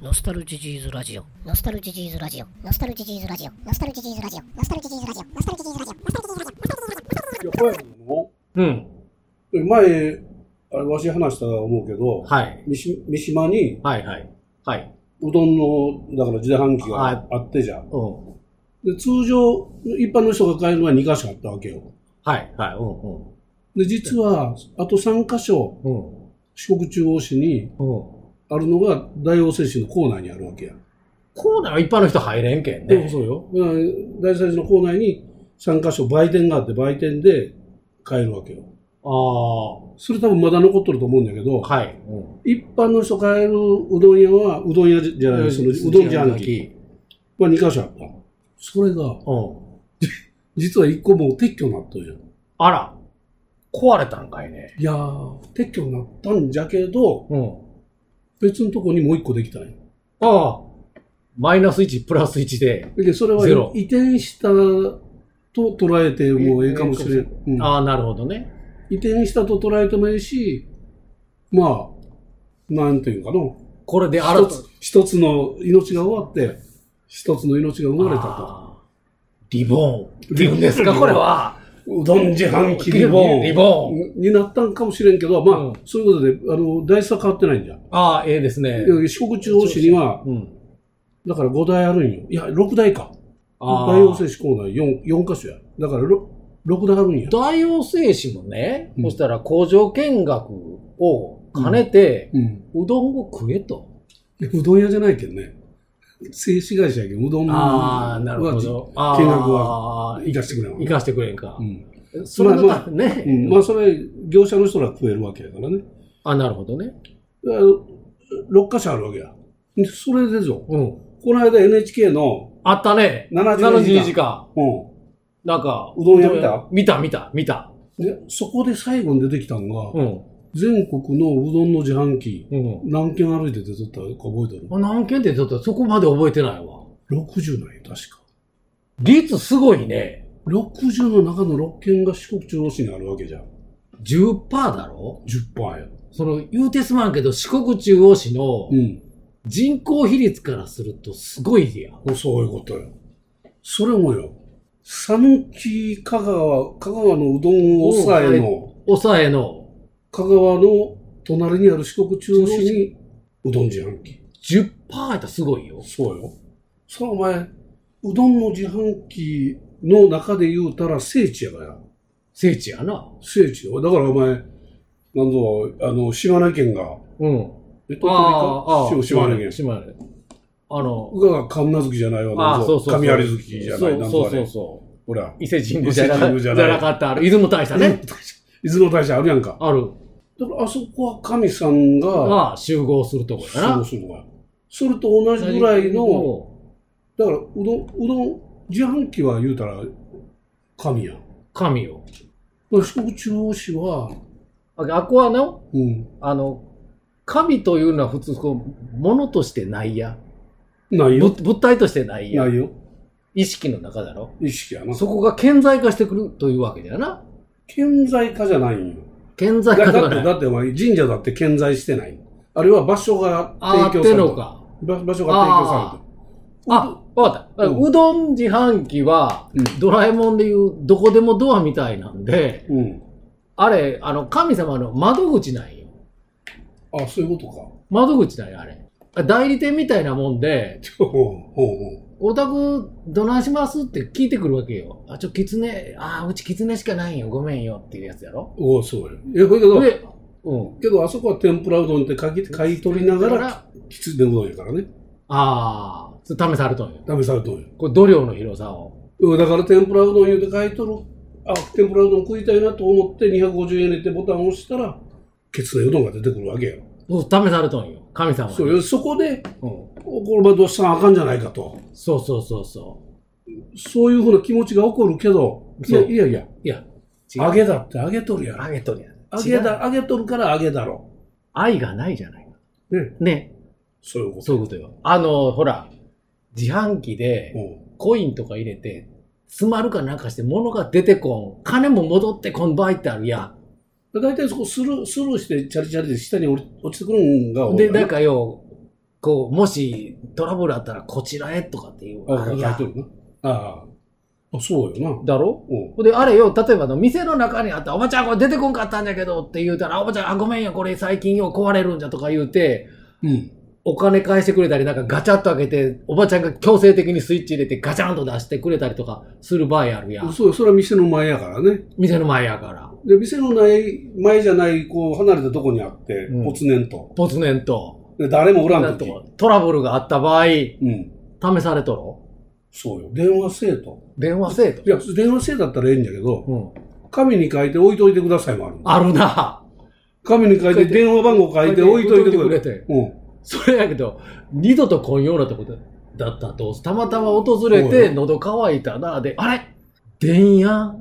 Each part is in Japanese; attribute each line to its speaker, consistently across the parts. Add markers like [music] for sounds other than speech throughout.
Speaker 1: ノスタルジジーズラジオ。
Speaker 2: ノスタルジジーズラジオ。ノスタルジジーズラジオ。ノスタルジジーズラジオ。ノスタルジジーズラジオ。ノスタルジジーズラジオ。ノスタルジジーズラジオ。
Speaker 3: いや、小山の、
Speaker 4: うん。
Speaker 3: 前、あれ、わし話したと思うけど、
Speaker 4: はい。
Speaker 3: 三島三島に、
Speaker 4: はいはい。はい。
Speaker 3: うどんの、だから自動販機があってじゃ
Speaker 4: う
Speaker 3: ん。
Speaker 4: ん。
Speaker 3: で、通常、一般の人が買えるのは2箇所あったわけよ。
Speaker 4: はいはい。う
Speaker 3: で、実は、あと3箇所、
Speaker 4: んうん。
Speaker 3: 四国中央市に
Speaker 4: うん。うん。
Speaker 3: あるのが、大王製紙の構内にあるわけや。
Speaker 4: コーナーは一般の人入れんけんね。
Speaker 3: そうよ。だから大王製紙の構内に3箇所売店があって、売店で買えるわけよ。
Speaker 4: あ
Speaker 3: それ多分まだ残っとると思うんだけど、
Speaker 4: あ。はい。うん。
Speaker 3: 一般の人買えるうどん屋は、うどん屋じゃない、そのうどん自販機は2箇所あった。それが、
Speaker 4: うん。
Speaker 3: 実は1個もう撤去になったんや。
Speaker 4: あら。壊れたんかいね。
Speaker 3: いやー、撤去になったんじゃけど、
Speaker 4: うん。
Speaker 3: 別のとこにもう1個できたんや。
Speaker 4: ああ。マイナス1、プラス1で。
Speaker 3: で、それは
Speaker 4: ゼロ
Speaker 3: 移転したと捉えてもええかもしれん。うん
Speaker 4: ああ、なるほどね。
Speaker 3: 移転したと捉えてもええし、まあ、なんていうかな。
Speaker 4: これで新
Speaker 3: 一
Speaker 4: た
Speaker 3: つ、一つの命が終わって、一つの命が生まれたと。
Speaker 4: ああリボーンって言うんですか、これは。
Speaker 3: うどん自販機リボーン。
Speaker 4: リボーン
Speaker 3: になったんかもしれんけど、まあ、
Speaker 4: うん
Speaker 3: そういうことで、あの、台数は変わってないんじゃん。
Speaker 4: ああ、ええですね。
Speaker 3: 四国中央市には、
Speaker 4: うん。
Speaker 3: だから5台あるんよ。いや、6台か。
Speaker 4: ああ
Speaker 3: 大王製紙構内 4, 4箇所や。だから 6, 六台あるんや。
Speaker 4: 大王製紙もね、
Speaker 3: うん
Speaker 4: そしたら工場見学を兼ねて、
Speaker 3: うん。
Speaker 4: うどんを食えと。
Speaker 3: いやうどん屋じゃないけどね。製紙会社やけど、うどん
Speaker 4: ああ、なるほ
Speaker 3: は
Speaker 4: ど。ああ
Speaker 3: 見学は行か
Speaker 4: し
Speaker 3: してくれんわ
Speaker 4: 行かしてくれんか
Speaker 3: う。ん。
Speaker 4: それ
Speaker 3: まあ
Speaker 4: だね、
Speaker 3: うんまあ、それ、業者の人ら食えるわけやからね。
Speaker 4: あ、なるほどね。
Speaker 3: だから6箇所あるわけや。でそれでぞ。
Speaker 4: うん。
Speaker 3: この間 NHK の
Speaker 4: あったね。
Speaker 3: 72
Speaker 4: 72
Speaker 3: 時
Speaker 4: 時
Speaker 3: 間
Speaker 4: 間。。
Speaker 3: うん。
Speaker 4: なんか、
Speaker 3: うどん屋見た
Speaker 4: 見た見た見た。
Speaker 3: で、そこで最後に出てきたんが、
Speaker 4: うん。
Speaker 3: 全国のうどんの自販機、
Speaker 4: うん。
Speaker 3: 何軒歩いて出とったか覚えてる
Speaker 4: あ何件ってちょっとそこまで覚えてないわ。
Speaker 3: ?60 なんや、確か。
Speaker 4: 率すごいね。
Speaker 3: 60の中の6軒が四国中央市にあるわけじゃん。
Speaker 4: 10%だろ
Speaker 3: 10%や。
Speaker 4: その、言うてすまんけど、四国中央市の
Speaker 3: うん。
Speaker 4: 人口比率からするとすごいや。
Speaker 3: そういうことよ。それもよ、讃岐香川、香川のうどんを抑えの、
Speaker 4: 抑えの
Speaker 3: 香川の隣にある四国中央市にうどん自販機。
Speaker 4: 10%やったらすごいよ。
Speaker 3: そうよ。そのお前、うどんの自販機の中で言うたら聖地やから。
Speaker 4: 聖地やな。
Speaker 3: 聖地よ。だからお前、なんぞ、あの、島根県が、
Speaker 4: うん。
Speaker 3: え鳥取
Speaker 4: ああ、ああ
Speaker 3: かし島根県。
Speaker 4: 島根。あの、
Speaker 3: が神奈月じゃないわ、
Speaker 4: あ
Speaker 3: なん
Speaker 4: あ、そうそ
Speaker 3: ぞ、
Speaker 4: うそう。
Speaker 3: 神有月じゃない、なん
Speaker 4: そ
Speaker 3: ぞ
Speaker 4: う
Speaker 3: あ
Speaker 4: そう
Speaker 3: れ。
Speaker 4: そう。
Speaker 3: ほら、
Speaker 4: 伊勢神宮じゃなか
Speaker 3: 伊勢神宮
Speaker 4: じ
Speaker 3: じ
Speaker 4: ゃ
Speaker 3: ゃない
Speaker 4: なかった。ある。出雲大社ね。
Speaker 3: [laughs] 伊豆の大社あるやんか。
Speaker 4: ある。
Speaker 3: だからあそこは神さんが、
Speaker 4: が集合するとこや
Speaker 3: そう
Speaker 4: な。
Speaker 3: そうが。それと同じぐらいの、だから、うどん、うどん、自販機は言うたら、神やん。だか
Speaker 4: 神を。
Speaker 3: ら四国中央市は、
Speaker 4: ああこはの、
Speaker 3: うん、
Speaker 4: あの、神というのは普通、こう、物としてないや。
Speaker 3: ない
Speaker 4: ぶ
Speaker 3: よ。
Speaker 4: 物体としてないや
Speaker 3: な。いよ。
Speaker 4: 意識の中だろ。
Speaker 3: 意識やな。
Speaker 4: そこが顕在化してくるというわけだよな。
Speaker 3: 顕在化じゃないんよ。
Speaker 4: 顕在
Speaker 3: だ
Speaker 4: 化
Speaker 3: だ
Speaker 4: とか
Speaker 3: って、
Speaker 4: ない。
Speaker 3: だってお前、神社だって健在してない。あれは場所が
Speaker 4: ああ、
Speaker 3: 提
Speaker 4: って
Speaker 3: 供され
Speaker 4: の
Speaker 3: た。
Speaker 4: か。
Speaker 3: ば場所が提供さ
Speaker 4: あ、わかった。
Speaker 3: うん
Speaker 4: うどん自販機は、
Speaker 3: うん
Speaker 4: ドラえもんでいうどこでもドアみたいなんで
Speaker 3: れ、てる。
Speaker 4: あれ、あの、神様の窓口なんよ。
Speaker 3: うん。あ、そういうことか。
Speaker 4: 窓口なんよ、あれ。代理店みたいなもんで、
Speaker 3: ほうほう
Speaker 4: お宅どないしますって聞いてくるわけよ。あ、ちょ、キツネ、あー、うちキツネしかないよ、ごめんよっていうやつやろ。
Speaker 3: ほう。おう、そうよ。いや、これけど、
Speaker 4: で、うん。
Speaker 3: けど、あそこは天ぷらうどんって書き買い取りながら、きつねうどんやからね。
Speaker 4: ああ、それ試されとんよ。
Speaker 3: 試されとんよ
Speaker 4: これ、度量の広さを。
Speaker 3: うん。だから天ぷらうどん言うて買い取る。あ、天ぷらうどん食いたいなと思って250円入れてボタンを押したら、きつねうどんが出てくるわけや。
Speaker 4: そう試されとんよ。神様に。
Speaker 3: そうよ。そこで、
Speaker 4: うん。
Speaker 3: おこれまで押したらあかんじゃないかと。
Speaker 4: そうそうそうそ
Speaker 3: そういうふうな気持ちが起こるけど、いや
Speaker 4: そう
Speaker 3: いやいや、
Speaker 4: う。いや、違う
Speaker 3: 揚げだって揚げとるやん。
Speaker 4: 揚げとるやん。
Speaker 3: 揚げ
Speaker 4: 違う。
Speaker 3: だ、揚げとるから揚げだろ。
Speaker 4: 愛がないじゃない。
Speaker 3: ね。
Speaker 4: ね。
Speaker 3: そういうこと。
Speaker 4: そういうことよ。あの、ほら、自販機で
Speaker 3: うん
Speaker 4: コインとか入れて、詰まるかなんかして物が出てこん。金も戻ってこん場合ってあるやん。
Speaker 3: だいたいそこスルー、スルーして、チャリチャリで下に降り落ちてくるんが多い
Speaker 4: で、
Speaker 3: わな
Speaker 4: なんかよ、こう、もしトラブルあったらこちらへとかっていう。
Speaker 3: あ、書
Speaker 4: い
Speaker 3: い
Speaker 4: や
Speaker 3: て、るな。ああ。あ、そうよな。
Speaker 4: だろ
Speaker 3: おう
Speaker 4: で、あれよ、例えばの店の中にあった、おばちゃんこれ出てこんかったんだけどって言うたら、あおばちゃん、あごめんよ、これ最近よ、壊れるんじゃとか言うて、
Speaker 3: うん。
Speaker 4: お金返してくれたり、なんかガチャッと開けて、おばちゃんが強制的にスイッチ入れてガチャンと出してくれたりとかする場合あるやん。
Speaker 3: そうよ、それは店の前やからね。
Speaker 4: 店の前やから。
Speaker 3: で、店のない、前じゃない、こう、離れたとこにあって、
Speaker 4: うん
Speaker 3: ぽつねんと。
Speaker 4: ポツネンと。
Speaker 3: で、誰もおら
Speaker 4: なんん
Speaker 3: とき。
Speaker 4: とトラブルがあった場合、試
Speaker 3: うん。
Speaker 4: されとろ
Speaker 3: そうよ。電話せえと。
Speaker 4: 電話せえと
Speaker 3: い。や、電話せえだったらええんじゃけど、
Speaker 4: うん。
Speaker 3: 紙に書いて置いといてくださいもあるの。
Speaker 4: あるな。
Speaker 3: 紙に書いて電話番号書いて置いといてく
Speaker 4: 置
Speaker 3: れ
Speaker 4: いといてくれて
Speaker 3: うん。
Speaker 4: それやけど、二度と来んようなとこだったと、たまたま訪れ
Speaker 3: そう
Speaker 4: て、
Speaker 3: よ
Speaker 4: 喉乾いたな、で、あれ電や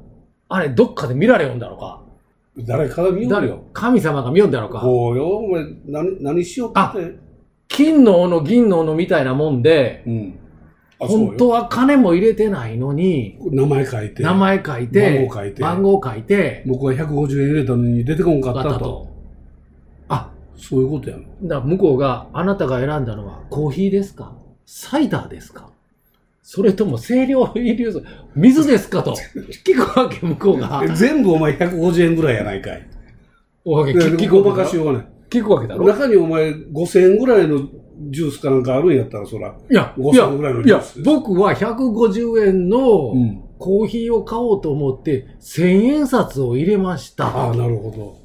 Speaker 4: あれ、どっかで見られよんだろうか
Speaker 3: 誰から見よう
Speaker 4: 誰
Speaker 3: よ。
Speaker 4: 神様が見よんだろうか
Speaker 3: こうよ、お前、何、何しよう
Speaker 4: あ
Speaker 3: って。
Speaker 4: 金の斧、銀の斧みたいなもんで、
Speaker 3: うん。あ、そう
Speaker 4: 本
Speaker 3: よ。
Speaker 4: 当は金も入れてないのに、
Speaker 3: 名前書いて。
Speaker 4: 名前書いて、
Speaker 3: 番号書いて
Speaker 4: 番号書いて、
Speaker 3: 僕は150円入れたのに出てこんか
Speaker 4: あ
Speaker 3: っ
Speaker 4: ったた
Speaker 3: と。
Speaker 4: と。あ、
Speaker 3: そういうことやん。
Speaker 4: だから向こうがあなたが選んだのはコーヒーですかサイダーですかそれとも清涼飲料水、水ですかと聞くわけ、向こうが。
Speaker 3: え全部お前150円ぐらいやないかい。
Speaker 4: おわけ、聞
Speaker 3: で
Speaker 4: 聞
Speaker 3: ご
Speaker 4: く
Speaker 3: ま
Speaker 4: わけ
Speaker 3: かし
Speaker 4: だ
Speaker 3: ようがない。
Speaker 4: 聞くわけだろ。い
Speaker 3: 中にお前5000円ぐらいのジュースかなんかあるんやったら、そら。
Speaker 4: や、
Speaker 3: 5
Speaker 4: いや
Speaker 3: 歳ぐらいの、
Speaker 4: い
Speaker 3: ジュー
Speaker 4: や
Speaker 3: ス、
Speaker 4: 僕は150円の
Speaker 3: ん。
Speaker 4: コーヒーを買おうと思って、1000円札を入れまし
Speaker 3: あ
Speaker 4: た
Speaker 3: あ、。なるほど。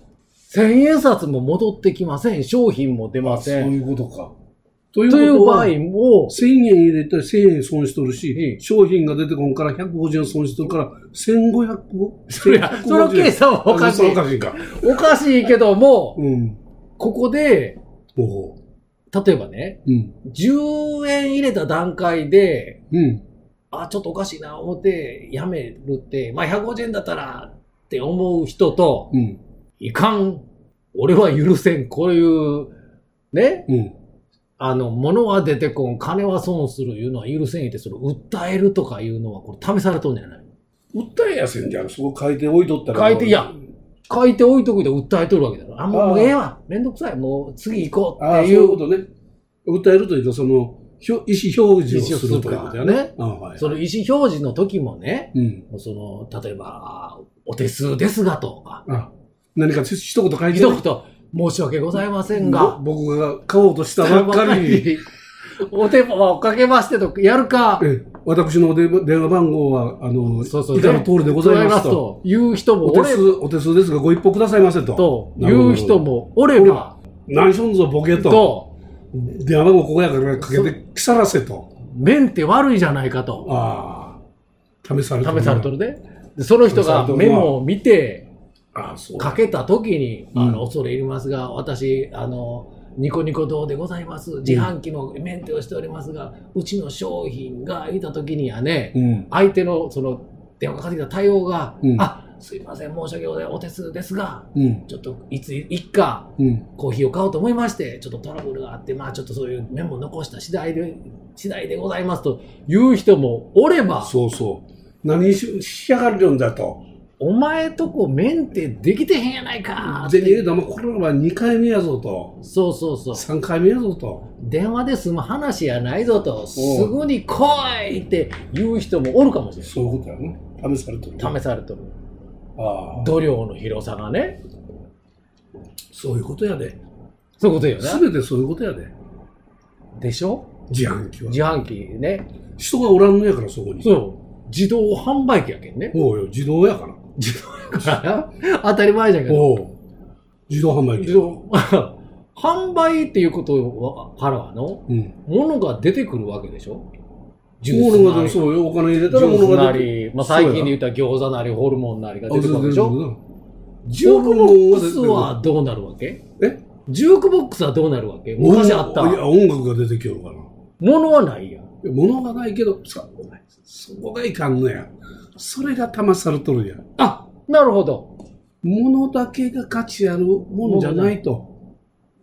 Speaker 4: 1000円札も戻ってきません。商品も出ま
Speaker 3: そう
Speaker 4: せん。
Speaker 3: いうことか。という
Speaker 4: という
Speaker 3: こと
Speaker 4: 場合
Speaker 3: は、1000
Speaker 4: も、
Speaker 3: 円入れたら1000円損しとるし
Speaker 4: う、ん
Speaker 3: 商品が出てこんから150円損しとるから、1500?
Speaker 4: それは、その計算はおかし
Speaker 3: あ
Speaker 4: い
Speaker 3: お。かしいか。
Speaker 4: おかしいけども、
Speaker 3: うん。
Speaker 4: ここで、
Speaker 3: おう。
Speaker 4: 例えばね、
Speaker 3: うん。
Speaker 4: 10円入れた段階で、
Speaker 3: うん。
Speaker 4: あ、ちょっとおかしいな、思って、やめるって、まあ、150円だったら、って思う人と、
Speaker 3: うん。
Speaker 4: いかん、俺は許せん、こういう、ね、
Speaker 3: うん。
Speaker 4: あの、物は出てこん、金は損するいうのは許せんって、それ訴えるとかいうのは、これ試されとんじゃない
Speaker 3: 訴えやせんじゃん。そこ書いて置いとったら。
Speaker 4: 書いていや書いて置いとくで訴えとるわけだろ。あ、もう
Speaker 3: あー
Speaker 4: もうええわ、めんどくさい、もう次行こう
Speaker 3: あ
Speaker 4: っ
Speaker 3: あ、
Speaker 4: てい
Speaker 3: そういう
Speaker 4: う
Speaker 3: こ、とね。訴えるというか、その、ひょ意思表示をす
Speaker 4: 意思をす
Speaker 3: ると
Speaker 4: る
Speaker 3: いう
Speaker 4: か
Speaker 3: ことやね
Speaker 4: ね。
Speaker 3: ああはい。
Speaker 4: その意思表示の時もね、
Speaker 3: うん。
Speaker 4: もうその、例えば、お手数ですがとか、
Speaker 3: あ、何かひ一言書いて
Speaker 4: 一言、申し訳ございませんが、
Speaker 3: ぼ僕が買おうとしたばっかりに、
Speaker 4: お手間をかけましてとやるか、
Speaker 3: ええ私の電話電話番号は、あの、
Speaker 4: そうそう
Speaker 3: 以下の通りでございますと。
Speaker 4: いう人も
Speaker 3: お
Speaker 4: お
Speaker 3: 手
Speaker 4: れ
Speaker 3: 数、お手数ですが、ご一報くださいませと。
Speaker 4: と、いう人もおれば、
Speaker 3: 何しょんぞ、ボケと。
Speaker 4: と、
Speaker 3: 電話番号ここやからかけて、腐らせと。
Speaker 4: 面って悪いじゃないかと、
Speaker 3: ああ、試され
Speaker 4: 試されと
Speaker 3: る。
Speaker 4: るで。でその人がメモを見て、
Speaker 3: ああ、そう。
Speaker 4: かけた時に、
Speaker 3: うん
Speaker 4: あの、恐れ入りますが、私、あの、ニコニコ堂でございます。自販機のメンテをしておりますが、うちの商品が、いた時にはね、
Speaker 3: うん。
Speaker 4: 相手のその電話かかってきた対応が、
Speaker 3: うん
Speaker 4: あすいません、申し訳ございません、お手数ですが、
Speaker 3: うん。
Speaker 4: ちょっといついっか、
Speaker 3: うん。
Speaker 4: コーヒーを買おうと思いまして、ちょっとトラブルがあって、まあちょっとそういうメモを残した次第で、次第でございますという人もおれば、
Speaker 3: そうそう。何ししやがるんだと。
Speaker 4: お前とこメンテできてへんやないかって
Speaker 3: 全入れたまこれは2回目やぞと。
Speaker 4: そうそうそう。
Speaker 3: 3回目やぞと。
Speaker 4: 電話で済む話やないぞと、すぐに来いって言う人もおるかもしれ
Speaker 3: そういうことやな。試されてる。
Speaker 4: ない。試されてる。
Speaker 3: ああ。
Speaker 4: 度量の広さがね。
Speaker 3: そういうことやで。
Speaker 4: そういうことよ
Speaker 3: す
Speaker 4: ね。
Speaker 3: べてそういうことやで。
Speaker 4: でしょ
Speaker 3: 自販機は。
Speaker 4: 自販機ね。
Speaker 3: 人がおらんのやから、そこに。
Speaker 4: そう。自動販売機やけんね。 [laughs]
Speaker 3: おうよ、自動やから。
Speaker 4: 当たり前じゃんけど。
Speaker 3: おう。自動販売機。
Speaker 4: 自動。 [laughs] 販売っていうことはからはの、
Speaker 3: うん。
Speaker 4: 物が出てくるわけでしょジュース
Speaker 3: 物
Speaker 4: な
Speaker 3: が出
Speaker 4: り、
Speaker 3: る、
Speaker 4: ジ
Speaker 3: そうよ、お金入れたら
Speaker 4: ュー
Speaker 3: 物
Speaker 4: ス
Speaker 3: が
Speaker 4: な
Speaker 3: 出る。
Speaker 4: り、まあ、最近で言ったら餃子なり、ホルモンなりが
Speaker 3: あ
Speaker 4: 出てくるわけでしょジュー
Speaker 3: ホ
Speaker 4: ク
Speaker 3: ルモ
Speaker 4: ボ
Speaker 3: ン
Speaker 4: ッ
Speaker 3: は
Speaker 4: ク
Speaker 3: 出て
Speaker 4: ス
Speaker 3: くる
Speaker 4: はどうなるわけ
Speaker 3: え
Speaker 4: ジュークボックスはどうなるわけ昔あった
Speaker 3: い。や、音楽が出てきよるから。
Speaker 4: 物はないやん。
Speaker 3: いや物がないけど、さ、お前そこがいかんのや。それが騙されとるや。
Speaker 4: あ、なるほど。
Speaker 3: 物だけが価値あるもんじゃないと。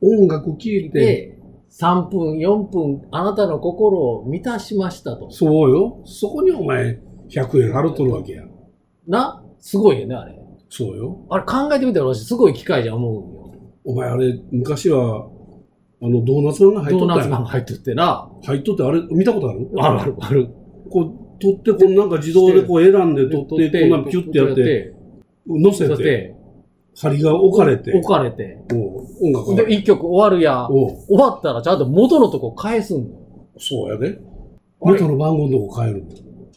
Speaker 3: 音楽聴いて、
Speaker 4: で、3分、4分、あなたの心を満たしましたと。
Speaker 3: そうよ。そこにお前、100円払っとるわけや。
Speaker 4: な、すごいよね、あれ。
Speaker 3: そうよ。
Speaker 4: あれ考えてみたら私、すごい機械じゃ思うよ。
Speaker 3: お前あれ、昔は、あの、ドーナツマンが入っ
Speaker 4: ド
Speaker 3: と
Speaker 4: ー
Speaker 3: った
Speaker 4: ナツ
Speaker 3: やん
Speaker 4: マンが入っとってな。
Speaker 3: 入っとって、あれ、見たことある
Speaker 4: あるあるある。
Speaker 3: こう、取って、こう、なんか自動でこう選んで取って、こんなんピュッてやって、、乗せ、
Speaker 4: そしてて、
Speaker 3: 針が置かれて、
Speaker 4: 置かれて。
Speaker 3: もう音楽が。
Speaker 4: で、一曲終わるや。
Speaker 3: おう
Speaker 4: 終わったらちゃんと元のとこ返すんだよ。
Speaker 3: そうやで。
Speaker 4: あれ
Speaker 3: 元の番号のとこ変えるんだ。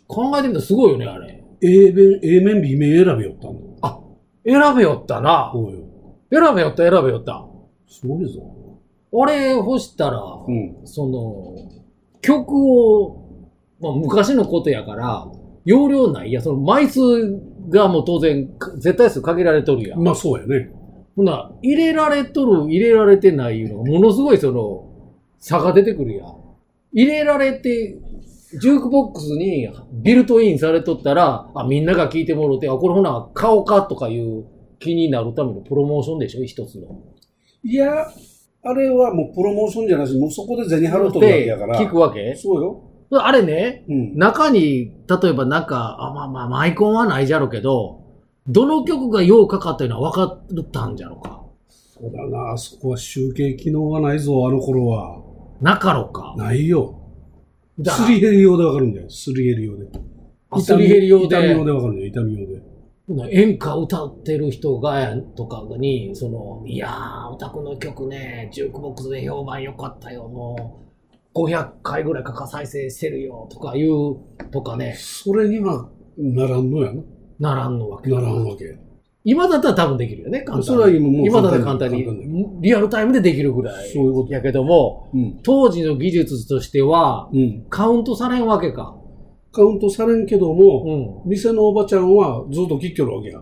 Speaker 4: 考えてみたらすごいよね、あれ。
Speaker 3: A 面、A 面、B 面選べよったんだ。
Speaker 4: 選べよったな。
Speaker 3: そうよ。
Speaker 4: 選べよった、選べよった。
Speaker 3: すごいぞ。
Speaker 4: 俺、ほしたら、
Speaker 3: うん。
Speaker 4: その、曲を、まあ、昔のことやから、容量ないやん、その枚数がもう当然、か絶対数限られとるやん。
Speaker 3: まあ、そうやね。
Speaker 4: ほな、入れられとる、入れられてないいうのが、ものすごいその、差が出てくるやん。入れられて、ジュークボックスにビルトインされとったら、あ、みんなが聞いてもろて、あ、これほな、買おうかとかいう気になるためのプロモーションでしょ、一つの。
Speaker 3: いや、あれはもうプロモーションじゃなし、もうそこで銭払うとるわけやから。
Speaker 4: で聞くわけ
Speaker 3: そうよ。
Speaker 4: あれね、
Speaker 3: うん。
Speaker 4: 中に、例えばなんか、あまあまあ、マイコンはないじゃろうけど、どの曲がようかかったいうのは分かったんじゃろうか。
Speaker 3: そうだな、あそこは集計機能がないぞ、あの頃は。
Speaker 4: なかろうか。
Speaker 3: ないよ。
Speaker 4: だ
Speaker 3: すり減り用でわかるんだよ。すり減り用で。
Speaker 4: あすり減り用で
Speaker 3: 痛み用でわかるんだよ、痛み用で。
Speaker 4: 演歌歌ってる人がとかに、その、いやー、オタクの曲ね、ジュークボックスで評判良かったよ、もう、500回ぐらいかか再生してるよ、とかいう、とかね、
Speaker 3: それにはならんのやな。
Speaker 4: ならんのわけ。
Speaker 3: ならんわけ。
Speaker 4: 今だったら多分できるよね、簡単に。
Speaker 3: それは今もう
Speaker 4: だったら簡単に
Speaker 3: 簡単、
Speaker 4: リアルタイムでできるぐらい。
Speaker 3: そういうこと
Speaker 4: やけども、
Speaker 3: うん。
Speaker 4: 当時の技術としては、
Speaker 3: うん。
Speaker 4: カウントされんわけか。
Speaker 3: カウントされんけども、
Speaker 4: うん。
Speaker 3: 店のおばちゃんはずっと切っきょるわけや。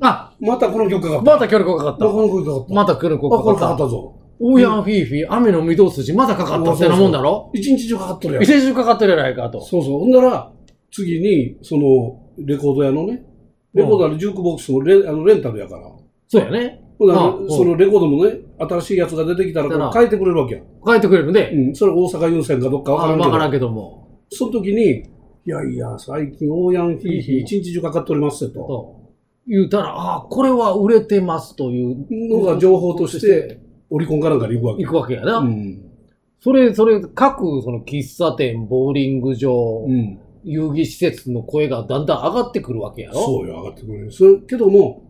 Speaker 4: あ、
Speaker 3: またこの曲が。
Speaker 4: また距離かかっ
Speaker 3: またこ
Speaker 4: た。
Speaker 3: の曲が。
Speaker 4: また距離
Speaker 3: あ、これか
Speaker 4: か
Speaker 3: か
Speaker 4: か
Speaker 3: っ
Speaker 4: った。
Speaker 3: たぞ。
Speaker 4: オーヤンフィーフィー、雨の御堂筋、まだかかったってなもんだろ
Speaker 3: 一日中かかっとるやん
Speaker 4: 一。年中かかってるやないかと。
Speaker 3: そうそう。ほんなら、次に、その、レコード屋のね、レコードあるジュークボックスもレ,、あのレンタルやから。
Speaker 4: そうやね。
Speaker 3: ほんなら
Speaker 4: あうん
Speaker 3: そのレコードもね、新しいやつが出てきた
Speaker 4: だから
Speaker 3: ら、変えてくれるわけや。
Speaker 4: 書いてくれるん
Speaker 3: う
Speaker 4: で、
Speaker 3: ん。それ大阪優先かどっかわ
Speaker 4: あ
Speaker 3: からんけ
Speaker 4: わから
Speaker 3: ど。
Speaker 4: んけども。
Speaker 3: その時に、いやいや、最近、オーヤンヒーヒー一日中かかっておりますよと。
Speaker 4: と言うたら、ああ、これは売れてますという
Speaker 3: のが情報として、オリコンかなんかで行くわけ。
Speaker 4: 行くわけやな。
Speaker 3: うん。
Speaker 4: それ、それ、各その喫茶店、ボーリング場、
Speaker 3: うん。
Speaker 4: 遊戯施設の声がだんだん上がってくるわけやろ。
Speaker 3: そうよ、上がってくるよ。それ、けども、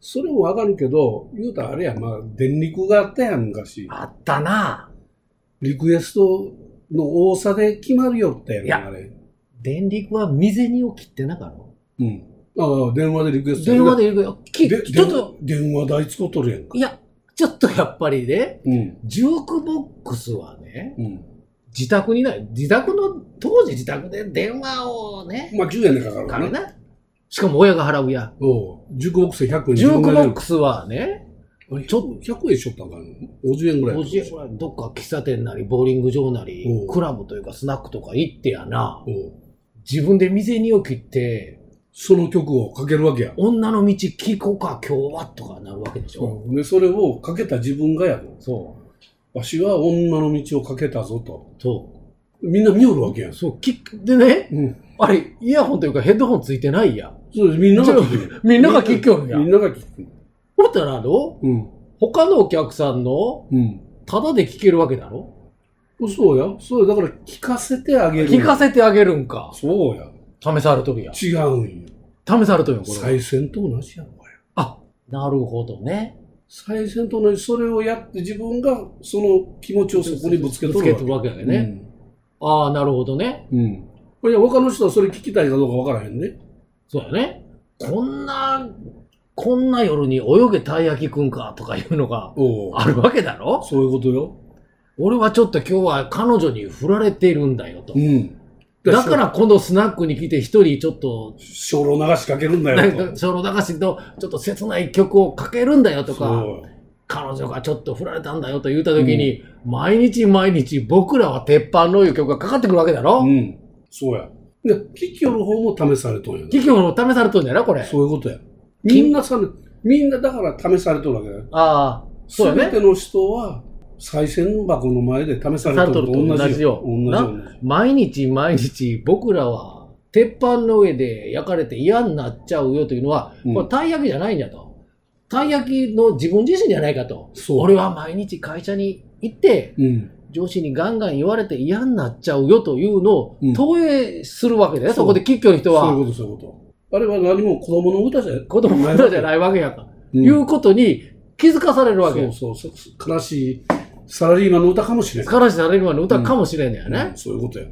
Speaker 3: それも上がるけど、言うたらあれや、まあ、電力があったやん、昔。
Speaker 4: あったな。
Speaker 3: リクエストの多さで決まるよってやん
Speaker 4: いや
Speaker 3: あれ。
Speaker 4: 電力は未然を切ってなかろ。
Speaker 3: うん。ああ、電話でリクエスト。
Speaker 4: 電話で言うよ。き
Speaker 3: で。
Speaker 4: ちょっと、
Speaker 3: で電話代使っとるやんか。
Speaker 4: いや、ちょっとやっぱりね、
Speaker 3: うん。
Speaker 4: ジュークボックスはね、
Speaker 3: うん。
Speaker 4: 自宅にない。自宅の、当時自宅で電話をね、
Speaker 3: まあ、10円でかかるわ
Speaker 4: 金
Speaker 3: な。
Speaker 4: な。しかも親が払うや。
Speaker 3: おう。ジュークボックスで100円
Speaker 4: ジュークボ
Speaker 3: 円
Speaker 4: ックスはね、
Speaker 3: ちょっと、100円しょったんかな。50円ぐらい。
Speaker 4: 50円ぐらいどっか喫茶店なり、ボーリング場なり
Speaker 3: う、ん
Speaker 4: クラブというかスナックとか行ってやな、
Speaker 3: おう
Speaker 4: 自分で店に置きって、
Speaker 3: その曲をかけるわけや。
Speaker 4: 女の道聞こうか、今日は、とかなるわけでしょ。
Speaker 3: で、それをかけた自分がやと。
Speaker 4: そ
Speaker 3: わしは女の道をかけたぞと。
Speaker 4: う。そ
Speaker 3: みんな見よるわけや
Speaker 4: う。。そう、きでね、
Speaker 3: うん。
Speaker 4: あれ、イヤホンというかヘッドホンついてないやん。
Speaker 3: そうですみんなが聞く。
Speaker 4: みんなが聞きよるや
Speaker 3: みん
Speaker 4: ん。
Speaker 3: なが聞く。
Speaker 4: ほったらど
Speaker 3: うん。
Speaker 4: 他のお客さんの、
Speaker 3: うん。
Speaker 4: タダで聞けるわけだろ
Speaker 3: そうや。そうや。だから聞かせてあげる。
Speaker 4: 聞かせてあげるんか。
Speaker 3: そうや。
Speaker 4: 試されとるやん。
Speaker 3: 違うんよ。
Speaker 4: 試されとるやん、これ。
Speaker 3: 再選と同じやん、これ。
Speaker 4: あ、なるほどね。
Speaker 3: 再選と同じ、それをやって自分がその気持ちをそこにぶつけとるわけ。
Speaker 4: わけやね。ああ、なるほどね。
Speaker 3: うん。うん。いや、他の人はそれ聞きたいかどうかわからへんね。
Speaker 4: そうやね。こんな、こんな夜に泳げたい焼きくんかとかいうのが
Speaker 3: おお。
Speaker 4: あるわけだろ
Speaker 3: そういうことよ。
Speaker 4: 俺はちょっと今日は彼女に振られているんだよと。
Speaker 3: ん。
Speaker 4: だからこのスナックに来て一人ちょっと、
Speaker 3: しょ、精霊流しかけるんだ
Speaker 4: な
Speaker 3: よと。
Speaker 4: んか、その流しのちょっと切ない曲をかけるんだよとか、
Speaker 3: そう
Speaker 4: 彼女がちょっと振られたんだよと言った時に、毎日毎日僕らは鉄板のいう曲がかかってくるわけだろ、
Speaker 3: うん。そうや。で、聞きよる方も試されとんやね。
Speaker 4: 企業の試されとるんだよな、これ。あ
Speaker 3: そういうことや。みんなさ、みんなだから試されとるわけだよ。
Speaker 4: あ、そうやね
Speaker 3: 全。ての人は、再選箱の前で試されてると同じよ。
Speaker 4: 試されと
Speaker 3: 同じよ
Speaker 4: 毎日毎日僕らは鉄板の上で焼かれて嫌になっちゃうよというのは、
Speaker 3: うん
Speaker 4: これたい焼きじゃないんだと。たい焼きの自分自身じゃないかと。
Speaker 3: そう
Speaker 4: 俺は毎日会社に行って、
Speaker 3: うん。
Speaker 4: 上司にガンガン言われて嫌になっちゃうよというのを
Speaker 3: うん
Speaker 4: 投影するわけだよ、
Speaker 3: そ
Speaker 4: そ
Speaker 3: う
Speaker 4: こで喫居の人
Speaker 3: そういう
Speaker 4: は。
Speaker 3: こと、そういうこと。あれは何も子供の歌じゃ
Speaker 4: 子供の歌じゃないわけやから。いうことに気づかされるわけよ。
Speaker 3: そうそうそう。悲しいサラリーマンの歌かもしれん。
Speaker 4: からしされるの歌かもしれんのや
Speaker 3: う
Speaker 4: ね
Speaker 3: ん。そういうことや。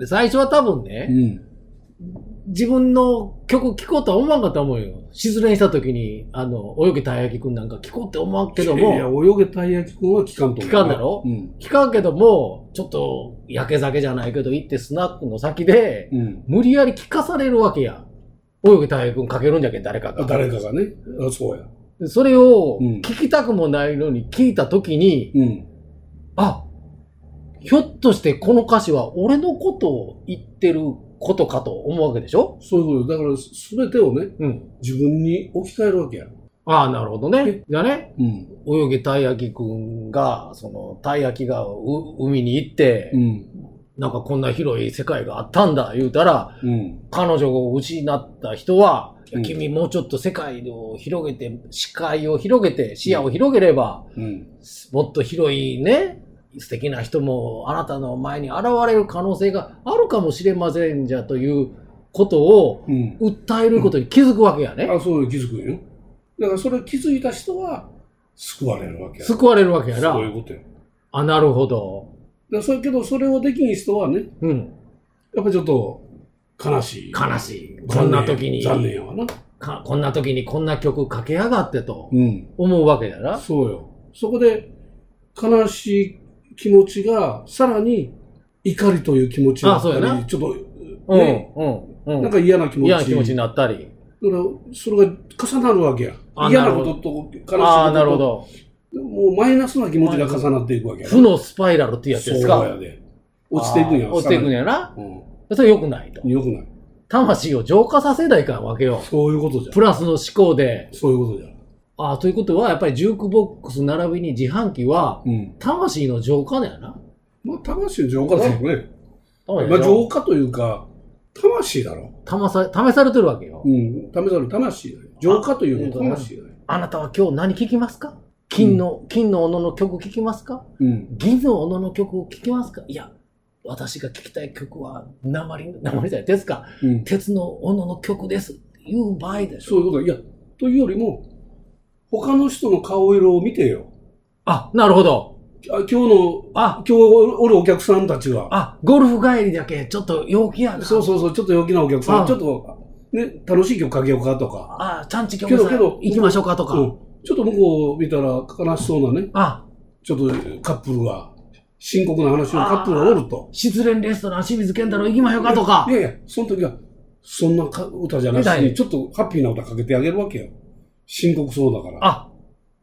Speaker 4: で最初は多分ね、
Speaker 3: うん。
Speaker 4: 自分の曲聴こうとは思わんかったと思うよ。失恋した時に、あの、泳げたいやきくんなんか聴こうって思わんけど
Speaker 3: いや、
Speaker 4: も、
Speaker 3: 泳げたい焼きくんは聞かんと思う。
Speaker 4: 聞かんだろ
Speaker 3: うん。
Speaker 4: 聴かんけども、ちょっと、やけ酒じゃないけど、行ってスナックの先で、
Speaker 3: うん。
Speaker 4: 無理やり聴かされるわけや。泳げたいやきくんかけるんじゃけん、誰か
Speaker 3: あ
Speaker 4: が。
Speaker 3: 誰かがね。あ、そうや。
Speaker 4: それを
Speaker 3: うん、
Speaker 4: 聴きたくもないのに聴いた時に、
Speaker 3: うん。
Speaker 4: あ、ひょっとしてこの歌詞は俺のことを言ってることかと思うわけでしょ
Speaker 3: そういうこと。だから、すべてをね、
Speaker 4: うん。
Speaker 3: 自分に置き換えるわけや。
Speaker 4: ああ、なるほどね。じゃあね、
Speaker 3: うん。
Speaker 4: 泳げたいやきくんが、その、たいやきがう海に行って、
Speaker 3: うん。
Speaker 4: なんかこんな広い世界があったんだ、言うたら、
Speaker 3: うん。
Speaker 4: 彼女を失った人は、いや
Speaker 3: うん
Speaker 4: 君もうちょっと世界を広げて、視界を広げて、視野を広げれば、
Speaker 3: うん。
Speaker 4: もっと広いね、素敵な人もあなたの前に現れる可能性があるかもしれませんじゃということを
Speaker 3: うん。
Speaker 4: 訴えることに気づくわけやね。
Speaker 3: あ、そういう気づくんよ。だから、それ気づいた人は、救われるわけや。
Speaker 4: 救われるわけやな
Speaker 3: そう。いうことや。だか
Speaker 4: あ、なるほど。
Speaker 3: らそれけど、それをできん人はね、
Speaker 4: うん。
Speaker 3: やっぱりちょっと、悲しい。
Speaker 4: 悲しい。こ
Speaker 3: 残
Speaker 4: ん
Speaker 3: 念
Speaker 4: な時に。
Speaker 3: 残念やわな。
Speaker 4: かこんな時にこんな曲かけやがってと
Speaker 3: うん。
Speaker 4: 思うわけだな。
Speaker 3: そうよ。そこで、悲しい気持ちが、さらに、怒りという気持ちが
Speaker 4: あそうやな
Speaker 3: ちょっと、
Speaker 4: うん、
Speaker 3: ね、
Speaker 4: うん、うん。
Speaker 3: なんか嫌な気持ち。
Speaker 4: 嫌な気持ちになったり。
Speaker 3: だから、それが重なるわけや
Speaker 4: あ。
Speaker 3: 嫌
Speaker 4: な
Speaker 3: な
Speaker 4: るほ
Speaker 3: こ
Speaker 4: ど
Speaker 3: とと悲しいことと。
Speaker 4: ああ、なるほど。
Speaker 3: もうマイナスな気持ちが重なっていくわけや。
Speaker 4: 負のスパイラルっていうやつですか。
Speaker 3: そうやで。落ちていくん
Speaker 4: あ
Speaker 3: や。
Speaker 4: ー落ちていくん
Speaker 3: や。
Speaker 4: やな。
Speaker 3: う
Speaker 4: それ良くないと
Speaker 3: ん。。よくない。
Speaker 4: 魂を浄化させないかんわけよ。
Speaker 3: そういうことじゃ。
Speaker 4: プラスの思考で。
Speaker 3: そういうことじゃ。
Speaker 4: ああ、ということは、やっぱりジュークボックス並びに自販機は、
Speaker 3: うん。
Speaker 4: 魂の浄化だよな。
Speaker 3: まあ、魂の浄化だよね。
Speaker 4: 魂
Speaker 3: ま
Speaker 4: の
Speaker 3: あ、浄化というか、魂だろ。
Speaker 4: たまさ試されてるわけよ。
Speaker 3: うん、試される魂だよ。浄化というのは魂だよ。
Speaker 4: あなたは今日何聴きますか金の、金の斧の曲聴きますか
Speaker 3: うん。
Speaker 4: 銀の斧の曲を聴きますかいや、私が聴きたい曲は、鉛、鉛じゃない、鉄か。
Speaker 3: うん。
Speaker 4: 鉄の斧の曲です。っていう場合でしょ。
Speaker 3: そういうことだいや、というよりも、他の人の顔色を見てよ。
Speaker 4: あ、なるほど。
Speaker 3: あ今日の、
Speaker 4: あ、
Speaker 3: 今日おるお客さんたちは、
Speaker 4: あ、ゴルフ帰りだけ、ちょっと陽気やな。
Speaker 3: そうそうそう、ちょっと陽気なお客さ
Speaker 4: あ
Speaker 3: ん、ちょっと、ね、楽しい曲かけようかとか、
Speaker 4: あ、ちゃんち今
Speaker 3: け
Speaker 4: 日
Speaker 3: どけど
Speaker 4: 行きましょうかとか。
Speaker 3: うんちょっと向こう見たら悲しそうなね、
Speaker 4: あ、
Speaker 3: ちょっとカップルが、深刻な話をカップルがおると。
Speaker 4: 失恋レストラン清水健太郎行きましょうかとか
Speaker 3: い。やいや、その時は、そんなか歌じゃなし
Speaker 4: みたいに
Speaker 3: に、ちょっとハッピーな歌かけてあげるわけよ。深刻そうだから。
Speaker 4: あ、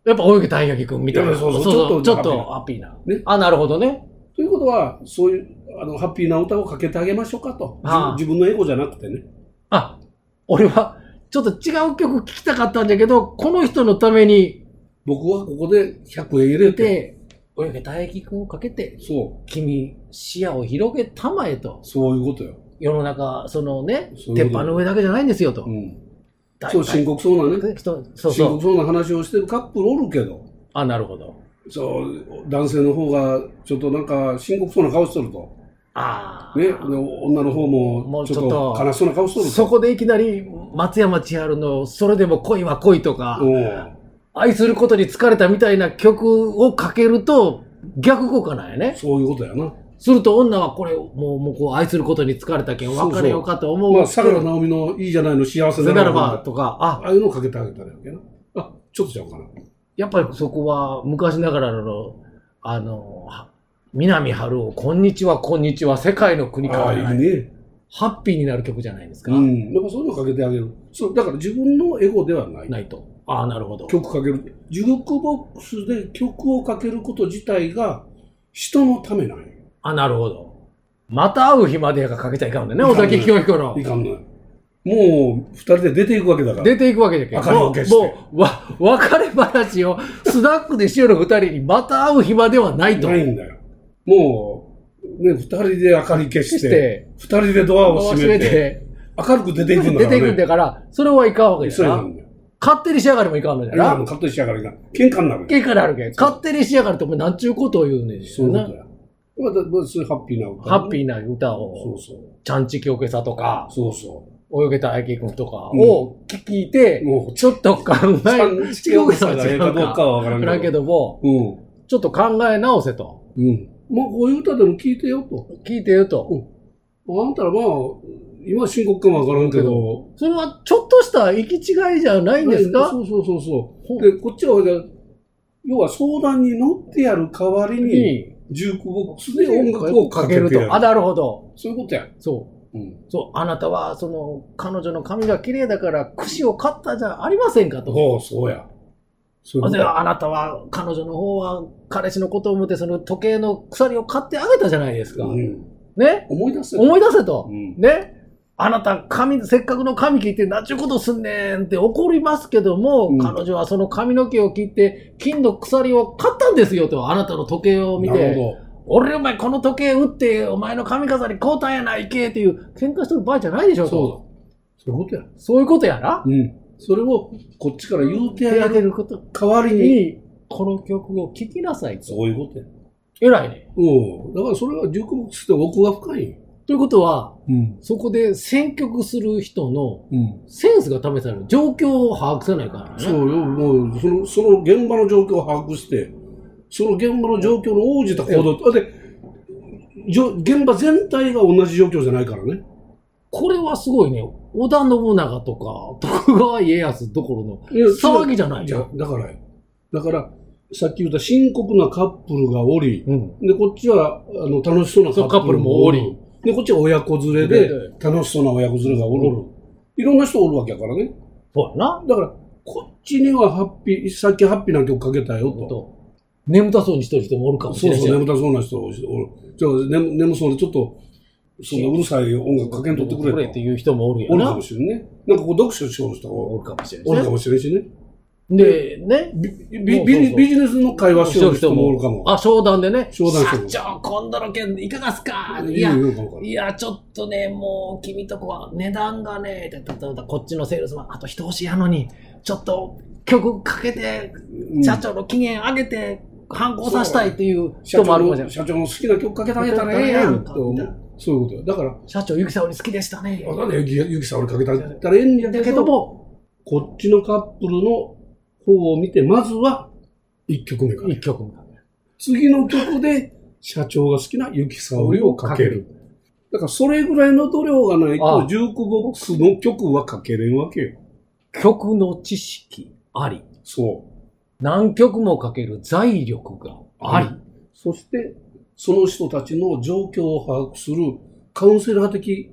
Speaker 4: やっぱ泳げたいやきくんみたい
Speaker 3: い
Speaker 4: な。
Speaker 3: やそうそう
Speaker 4: ち
Speaker 3: ち
Speaker 4: ょ
Speaker 3: ょ
Speaker 4: っ
Speaker 3: っと
Speaker 4: とハッピーな。
Speaker 3: ね
Speaker 4: あ、なるほどね。
Speaker 3: ということは、そういうあのハッピーな歌をかけてあげましょうかと、
Speaker 4: ああ
Speaker 3: 自自分のエゴじゃなくてね、
Speaker 4: あ、俺は、ちょっと違う曲聴きたかったんだけど、この人のために、
Speaker 3: 僕はここで100円入れて、
Speaker 4: で、泳げたいやきくんをかけて、
Speaker 3: そ
Speaker 4: 君、視野を広げたまえと
Speaker 3: う、。そういうことよ。
Speaker 4: 世の中、そのね、
Speaker 3: そうい
Speaker 4: 鉄
Speaker 3: うこ
Speaker 4: 板
Speaker 3: と
Speaker 4: の上だけじゃないんですよと
Speaker 3: う。ん、
Speaker 4: 大
Speaker 3: そう、
Speaker 4: 体
Speaker 3: 深刻そうなね、
Speaker 4: 人そう
Speaker 3: 深
Speaker 4: そう。
Speaker 3: 刻そうな話をしてるカップルおるけど、
Speaker 4: あ、なるほど。
Speaker 3: そう、男性の方がちょっとなんか深刻そうな顔しとると、
Speaker 4: ああ。
Speaker 3: ね、で女の方
Speaker 4: も
Speaker 3: も
Speaker 4: う
Speaker 3: ち
Speaker 4: ちょ
Speaker 3: ょ
Speaker 4: っ
Speaker 3: っ
Speaker 4: と
Speaker 3: と悲しそうな顔しとると。
Speaker 4: そこでいきなり、松山千春の、それでも恋は恋とか、
Speaker 3: おう
Speaker 4: 愛することに疲れたみたいな曲をかけると、逆効果なんやね。
Speaker 3: そういうことやな。
Speaker 4: すると女はこれ、もう、もうこう、愛することに疲れたけん、
Speaker 3: そうそう
Speaker 4: 別れようかと思う。
Speaker 3: まあ、相良直美のいいじゃないの幸せ
Speaker 4: それ
Speaker 3: だ
Speaker 4: な
Speaker 3: な
Speaker 4: らば、とか、あ
Speaker 3: あ、あいうのをかけてあげたらいいわけな。あ、ちょっとちゃうかな。
Speaker 4: やっぱりそこは昔ながらの、あの、は南春夫、こんにちは、こんにちは、世界の国から
Speaker 3: ああ、
Speaker 4: じゃ
Speaker 3: い
Speaker 4: ないい
Speaker 3: ね。
Speaker 4: ハッピーになる曲じゃないですか。
Speaker 3: うん、やっぱそういうのかけてあげるそうだから自分のエゴではない
Speaker 4: ないと。ああ、なるほど。
Speaker 3: 曲かけるジュークボックスで曲をかけること自体が人のためなんよ
Speaker 4: あ、なるほど。また会う日までやがかけちゃいかんだね、
Speaker 3: いか
Speaker 4: 尾
Speaker 3: んね
Speaker 4: 崎清彦の
Speaker 3: い。かんのよもう二人で出ていくわけだから
Speaker 4: 出ていくわけじゃけん。
Speaker 3: 明かり
Speaker 4: も
Speaker 3: を
Speaker 4: う、
Speaker 3: 消して
Speaker 4: もうわ、別れ話を、スナックでしよる二人に、また会う日まではないと。
Speaker 3: ないんだよもうね二人で明かり消
Speaker 4: し
Speaker 3: して
Speaker 4: て、
Speaker 3: 二人でドアを閉めて
Speaker 4: て、
Speaker 3: 明るく出ていくんだ
Speaker 4: 出
Speaker 3: か
Speaker 4: て
Speaker 3: ら
Speaker 4: いくん
Speaker 3: ね
Speaker 4: だから、それはいかんわけ
Speaker 3: そう
Speaker 4: だ
Speaker 3: な
Speaker 4: な。
Speaker 3: んだよ
Speaker 4: 勝手にしやがりもいかんのじゃ
Speaker 3: 今
Speaker 4: な。
Speaker 3: の勝手にしやがりが喧嘩になる。
Speaker 4: 結果であるけん。勝手にしやがりってお前なんちゅうことを言うねん
Speaker 3: そういう
Speaker 4: な
Speaker 3: こと。や。また、まあそういうハッピーな歌、
Speaker 4: ハッピ
Speaker 3: ー。
Speaker 4: ーな歌
Speaker 3: そ
Speaker 4: を
Speaker 3: う、そう。
Speaker 4: ちゃんちきおけさとか、
Speaker 3: そうそ。
Speaker 4: 泳げたあいきくんとかを聞いうて、
Speaker 3: もう、
Speaker 4: ちょっと考
Speaker 3: ちゃ
Speaker 4: え、
Speaker 3: んちおけさがええかどうかはわからん
Speaker 4: だけ
Speaker 3: けど。
Speaker 4: ども、
Speaker 3: う
Speaker 4: ちょっと考え直せと。
Speaker 3: ん。うん。まあ、こういう歌でも聴いてよと。
Speaker 4: 聞いてると。
Speaker 3: あんたらまあ、今深刻かもわからんけど。
Speaker 4: それはちょっとした行き違いじゃないんですか
Speaker 3: そうそうそうそ
Speaker 4: ほ
Speaker 3: う。で、こっちは、じゃあ要は相談に乗ってやる代わりに、
Speaker 4: に
Speaker 3: ジュークボックスで音楽をか
Speaker 4: か
Speaker 3: け
Speaker 4: け
Speaker 3: る
Speaker 4: る
Speaker 3: と。
Speaker 4: と。あ、なるほど。
Speaker 3: そういうことや。
Speaker 4: そう。
Speaker 3: うん。
Speaker 4: そう。あなたは、その、彼女の髪が綺麗だから、櫛を買ったじゃありませんかと。
Speaker 3: ほう、そうや。そういうこと
Speaker 4: で
Speaker 3: や。
Speaker 4: あなたは、彼女の方は、彼氏のことを思って、その時計の鎖を買ってあげたじゃないですか。
Speaker 3: うん
Speaker 4: ね
Speaker 3: 思い出せ
Speaker 4: 思い出せと。
Speaker 3: うん
Speaker 4: ねあなた、髪、せっかくの髪切って、なんちゅうことすんねんって怒りますけども、
Speaker 3: うん
Speaker 4: 彼女はその髪の毛を切って、金の鎖を買ったんですよと、あなたの時計を見
Speaker 3: なる
Speaker 4: て、
Speaker 3: ほ
Speaker 4: 俺、お前、この時計売って、お前の髪飾り買うたんやないけっていう、喧嘩しとる場合じゃないでしょ
Speaker 3: ど。
Speaker 4: と
Speaker 3: そうだ。そういうことや。
Speaker 4: そういうことやな。
Speaker 3: うん。それを、こっちから言うて
Speaker 4: 手
Speaker 3: や
Speaker 4: 当
Speaker 3: る
Speaker 4: てること
Speaker 3: 代わりに、
Speaker 4: に、この曲を聴きなさいと。
Speaker 3: そういうことや。
Speaker 4: 偉いね。
Speaker 3: うん。だからそれはジュークボックスって奥が深いよ。
Speaker 4: ということは、
Speaker 3: うん。
Speaker 4: そこで選曲する人の
Speaker 3: うん。
Speaker 4: センスが試される。状況を把握せないからね。
Speaker 3: そうよ。もう、その、その現場の状況を把握して、その現場の状況に応じた行動。だって、じょ現場全体が同じ状況じゃないからね。
Speaker 4: これはすごいね。織田信長とか、 [laughs] 徳川家康どころの
Speaker 3: いや
Speaker 4: 騒ぎじゃない
Speaker 3: じ
Speaker 4: じゃ
Speaker 3: ゃ
Speaker 4: ん。
Speaker 3: だからよ、だから、さっき言った深刻なカップルがおり、
Speaker 4: うん。
Speaker 3: で、こっちは、あの、楽しそうな
Speaker 4: そうカップルもおり。
Speaker 3: で、こっちは親子連れ
Speaker 4: で
Speaker 3: で、楽しそうな親子連れがおる。いろんな人おるわけやからね。
Speaker 4: そうやな。
Speaker 3: だから、こっちにはハッピー、さっきハッピーな曲かけたよ
Speaker 4: ほん
Speaker 3: と。
Speaker 4: と眠たそうにしてる人もおるかもし
Speaker 3: そう
Speaker 4: れない
Speaker 3: そう、
Speaker 4: じゃん。
Speaker 3: 眠たそうな人おる。じゃあ、眠眠そうでちょっと、そんなうるさい音楽かけんとってくれ
Speaker 4: っ
Speaker 3: と
Speaker 4: て。いう人もおる
Speaker 3: お
Speaker 4: や
Speaker 3: るか
Speaker 4: な
Speaker 3: も。しれんね。なんかこう、読書しよう人
Speaker 4: お
Speaker 3: お
Speaker 4: るかもしれ
Speaker 3: お
Speaker 4: な
Speaker 3: る
Speaker 4: い
Speaker 3: かもしれんしね。
Speaker 4: で、ね。
Speaker 3: ビ
Speaker 4: そ
Speaker 3: ビ
Speaker 4: うそう
Speaker 3: ビビジネスの会話しよう人もおるかも。
Speaker 4: あ、商談でね。
Speaker 3: 商談してる
Speaker 4: 社長、今度の件いかがっすか
Speaker 3: い
Speaker 4: いや
Speaker 3: い、よいいよ
Speaker 4: いや、ちょっとね、もう、君とこは値段がね、だだだだこっちのセールスマン、あと人欲しいやのに、ちょっと曲かけて、
Speaker 3: うん
Speaker 4: 社長の期限上げて、反抗させたいっていう人もあるかもしれない。
Speaker 3: 社長の好きな曲かけてあげたらええやんと思う。そういうことよ。だから、
Speaker 4: 社長、ゆきさおり好きでしたね。
Speaker 3: あなんでゆきゆきさん俺かけてあげたらええんや
Speaker 4: だ
Speaker 3: け
Speaker 4: けど
Speaker 3: ども、
Speaker 4: も、
Speaker 3: こっちのカップルの方を見て、まずは1曲目から
Speaker 4: 一。曲もかける
Speaker 3: 次の曲で社長が好きなゆきさおりをかける。。だからそれぐらいの度量がな
Speaker 4: あ
Speaker 3: いと、
Speaker 4: あ
Speaker 3: ジュークボックスの曲はかけれんわけよ。
Speaker 4: 曲の知識あり。
Speaker 3: そう。
Speaker 4: 何曲もかける財力があり。
Speaker 3: そして、その人たちの状況を把握するカウンセラー的、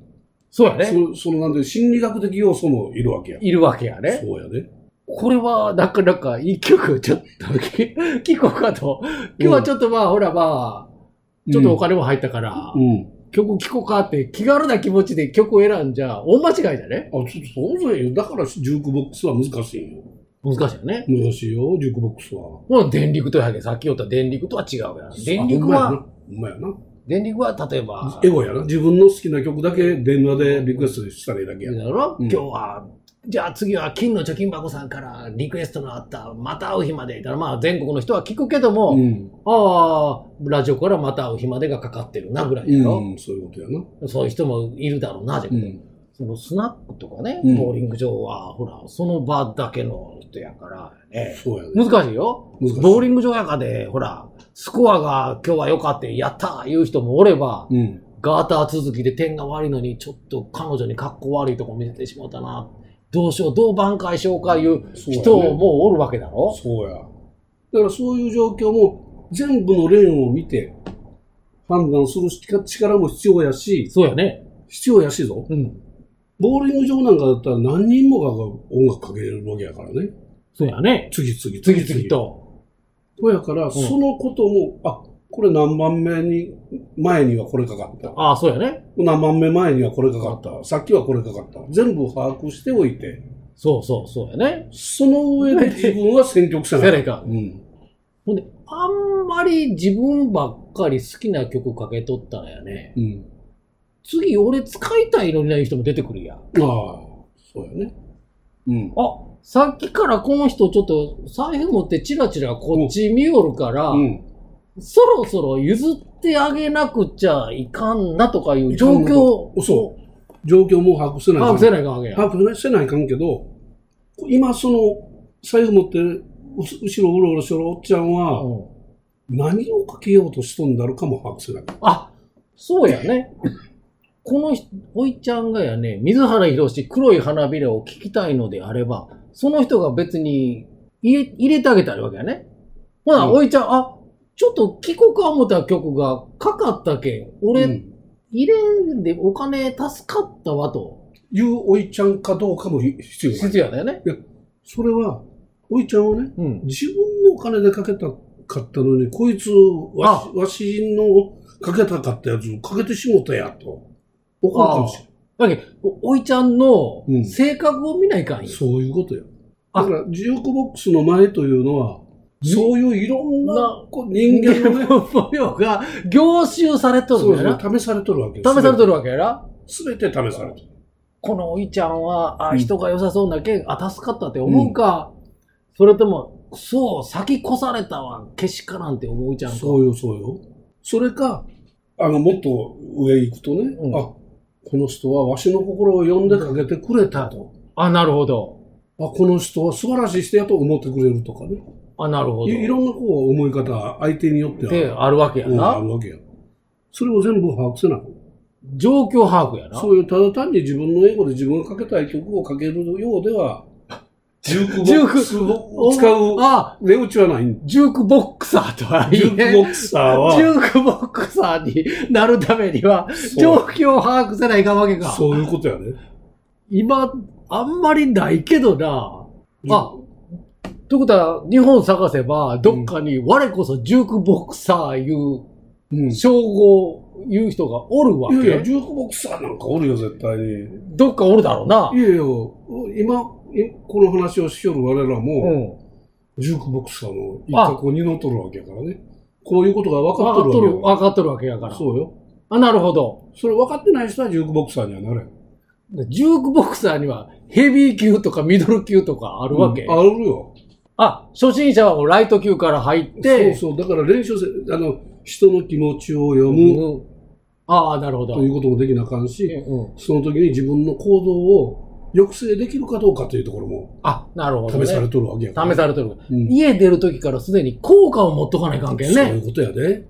Speaker 4: そうやね。
Speaker 3: そそのなんで心理学的要素もいるわけや。
Speaker 4: いるわけやね。
Speaker 3: そうやで。
Speaker 4: これは、なかなか、一曲ちょっと聞、 [laughs] 聞こうかと。今日はちょっとまあ、ほらまあ、ちょっとお金も入ったから、
Speaker 3: うん。
Speaker 4: 曲聴こうかって気軽な気持ちで曲を選んじゃ、大間違いだね。
Speaker 3: あ、ちょっとそうだよ。だからジュークボックスは難しいよ。
Speaker 4: 難しいよね。
Speaker 3: 難しいよ、ジュークボックスは。
Speaker 4: もう電力とやけどさっき言った電力とは違うやん。電力は、
Speaker 3: あ、ほんまやな。ほんま
Speaker 4: 電力は例え
Speaker 3: やな
Speaker 4: ば、
Speaker 3: エゴやな。自分の好きな曲だけ電話でリクエストしたらいいだけや。
Speaker 4: だろ、
Speaker 3: うん
Speaker 4: 今日は、じゃあ次は金の貯金箱さんからリクエストのあった、また会う日まで、だからまあ全国の人は聞くけども、
Speaker 3: ん。
Speaker 4: ああ、ラジオからまた会う日までがかかってるなぐらいやろ。
Speaker 3: うん、そういうことやな。
Speaker 4: そういう人もいるだろうな、でもそのスナックとかね、
Speaker 3: うん
Speaker 4: ボーリング場は、ほら、その場だけの人やから、ね、
Speaker 3: そうやね。
Speaker 4: 難しいよ。
Speaker 3: 難しい
Speaker 4: ボーリング場やかで、ほら、スコアが今日は良かった、やったーいう人もおれば、
Speaker 3: うん。
Speaker 4: ガーター続きで点が悪いのに、ちょっと彼女に格好悪いとこ見せてしまったな、どうしよう、どう挽回しようかいう人もおるわけだろ。
Speaker 3: そうや。だからそういう状況も全部のレーンを見て判断する力も必要やし、
Speaker 4: そうやね。
Speaker 3: 必要やしぞ。
Speaker 4: うん。
Speaker 3: ボーリング場なんかだったら何人もが音楽かけるわけやからね。
Speaker 4: そうやね。
Speaker 3: 次々
Speaker 4: 次々。と。
Speaker 3: そうやから、そのことも、あ、これ何番目に、前にはこれかかった。
Speaker 4: ああ、そうやね。
Speaker 3: 何番目前にはこれかかった。さっきはこれかかった。全部把握しておいて、
Speaker 4: そうそう、そうやね。
Speaker 3: その上で自分は選曲せ
Speaker 4: せや
Speaker 3: ない。
Speaker 4: ねんか
Speaker 3: う。ん。
Speaker 4: ほんで、あんまり自分ばっかり好きな曲かけとったらやね、
Speaker 3: うん。
Speaker 4: 次俺使いたいのにない人も出てくるやん。
Speaker 3: ああ、そうやね。うん。
Speaker 4: あ、さっきからこの人ちょっと財布持ってチラチラこっち見よるから、
Speaker 3: うん。
Speaker 4: そろそろ譲ってあげなくちゃいかんなとかいう状況を
Speaker 3: そう。状況も把握せない
Speaker 4: 把握せないかんわけや。
Speaker 3: 把握せないかんけど、今その、財布持って、うす後ろうろうろしてるおっちゃん
Speaker 4: う
Speaker 3: は、
Speaker 4: ん
Speaker 3: 何をかけようとしとんだろうかも把握せない。
Speaker 4: あ、そうやね。 [laughs] この人おいちゃんがやね、水原博士黒い花びらを聞きたいのであれば、その人が別に入れ入れてあげたらいいわけやね。ほな、
Speaker 3: うん
Speaker 4: おいちゃん、あ、ちょっと聞こうか思った曲がかかったけん。俺、
Speaker 3: うん
Speaker 4: 入れんでお金助かったわと。
Speaker 3: いうおいちゃんかどうかも必要ない。
Speaker 4: 必要だよね。
Speaker 3: それは、おいちゃんはね、
Speaker 4: うん。
Speaker 3: 自分のお金でかけたかったのに、こいつ、わし、わしのかけたかったやつ、かけてしもたや、と。怒るかもしれない。
Speaker 4: だけどおおいちゃんの
Speaker 3: うん
Speaker 4: 性格を見ないかんよ。
Speaker 3: そういうことよ。
Speaker 4: あ
Speaker 3: だから、ジュークボックスの前というのは、そういういろんな
Speaker 4: な
Speaker 3: こう人間のね、
Speaker 4: 模様が凝集されとる
Speaker 3: そ
Speaker 4: ん
Speaker 3: う
Speaker 4: だ
Speaker 3: そ
Speaker 4: よな。
Speaker 3: う、試されとるわけ
Speaker 4: 試されとるわ
Speaker 3: け。
Speaker 4: けやな。
Speaker 3: すべて試されとる。
Speaker 4: このおいちゃんは、
Speaker 3: う
Speaker 4: あ、
Speaker 3: ん
Speaker 4: 人が良さそうなけん、あ、助かったって思うか、それとも、そう、先越されたわ、けしからんって思うちゃんか。
Speaker 3: そうよ、そうよ。それか、あの、もっと上行くとね、
Speaker 4: うん
Speaker 3: あ、この人はわしの心を呼んでかけてくれたと。
Speaker 4: あ、なるほど。
Speaker 3: あ、この人は素晴らしい人やと思ってくれるとかね。
Speaker 4: あ、なるほど。
Speaker 3: いいろんなこう思い方、相手によって
Speaker 4: で、
Speaker 3: は、
Speaker 4: あるわけや
Speaker 3: うんあ
Speaker 4: な。
Speaker 3: るわけや。それを全部把握せなあかん
Speaker 4: 状況把握やな。
Speaker 3: そういうただ単に自分の英語で自分がかけたい曲をかけるようでは、ジュークボックスを使う
Speaker 4: あ、
Speaker 3: 値打ちはないんだ。
Speaker 4: ジュークボックサーとは
Speaker 3: ジ
Speaker 4: い
Speaker 3: ュ
Speaker 4: え、
Speaker 3: ークボックサー
Speaker 4: ジュ
Speaker 3: は、
Speaker 4: ークボックサーになるためには、状
Speaker 3: そう
Speaker 4: 況把握せないかんわけか。
Speaker 3: そういうことやね。
Speaker 4: 今、あんまりないけどな。あ
Speaker 3: う、
Speaker 4: ということは、日本探せば、どっかに、我こそジュークボクサーい
Speaker 3: ん
Speaker 4: う、称号を言う人がおるわ
Speaker 3: い
Speaker 4: け。
Speaker 3: やいや、ジュークボックサーなんかおるよ、絶対に。い
Speaker 4: どっかおるだろうな。
Speaker 3: やいや、今、いこの話をしよる我ら
Speaker 4: う
Speaker 3: も、
Speaker 4: ん。
Speaker 3: ジュークボックサーの一角を担っとるわけやからね。こういうことが分
Speaker 4: 分か
Speaker 3: か
Speaker 4: っ
Speaker 3: っ
Speaker 4: と
Speaker 3: とる
Speaker 4: る、
Speaker 3: わ
Speaker 4: 分かっとるわけやか
Speaker 3: けや。
Speaker 4: ら。
Speaker 3: そうよ。
Speaker 4: あ、なるほど。
Speaker 3: それ分かってない人はジュークボックサーにはなれん。
Speaker 4: ジュークボクサーには、ヘビー級とかミドル級とかあるわけ。
Speaker 3: うんあるよ。
Speaker 4: あ、初心者はもうライト級から入って、
Speaker 3: そうそう。だから練習せ、あの、人の気持ちを読む
Speaker 4: うんああ、なるほど。
Speaker 3: ということもできなあかんし、
Speaker 4: うん
Speaker 3: その時に自分の行動を抑制できるかどうかというところも
Speaker 4: あ、なるほど、ね。
Speaker 3: 試されとるわけやから。
Speaker 4: 試されてる。
Speaker 3: うん
Speaker 4: 家出る時からすでに効果を持っとかない関係
Speaker 3: そうい
Speaker 4: ね。
Speaker 3: うことやで。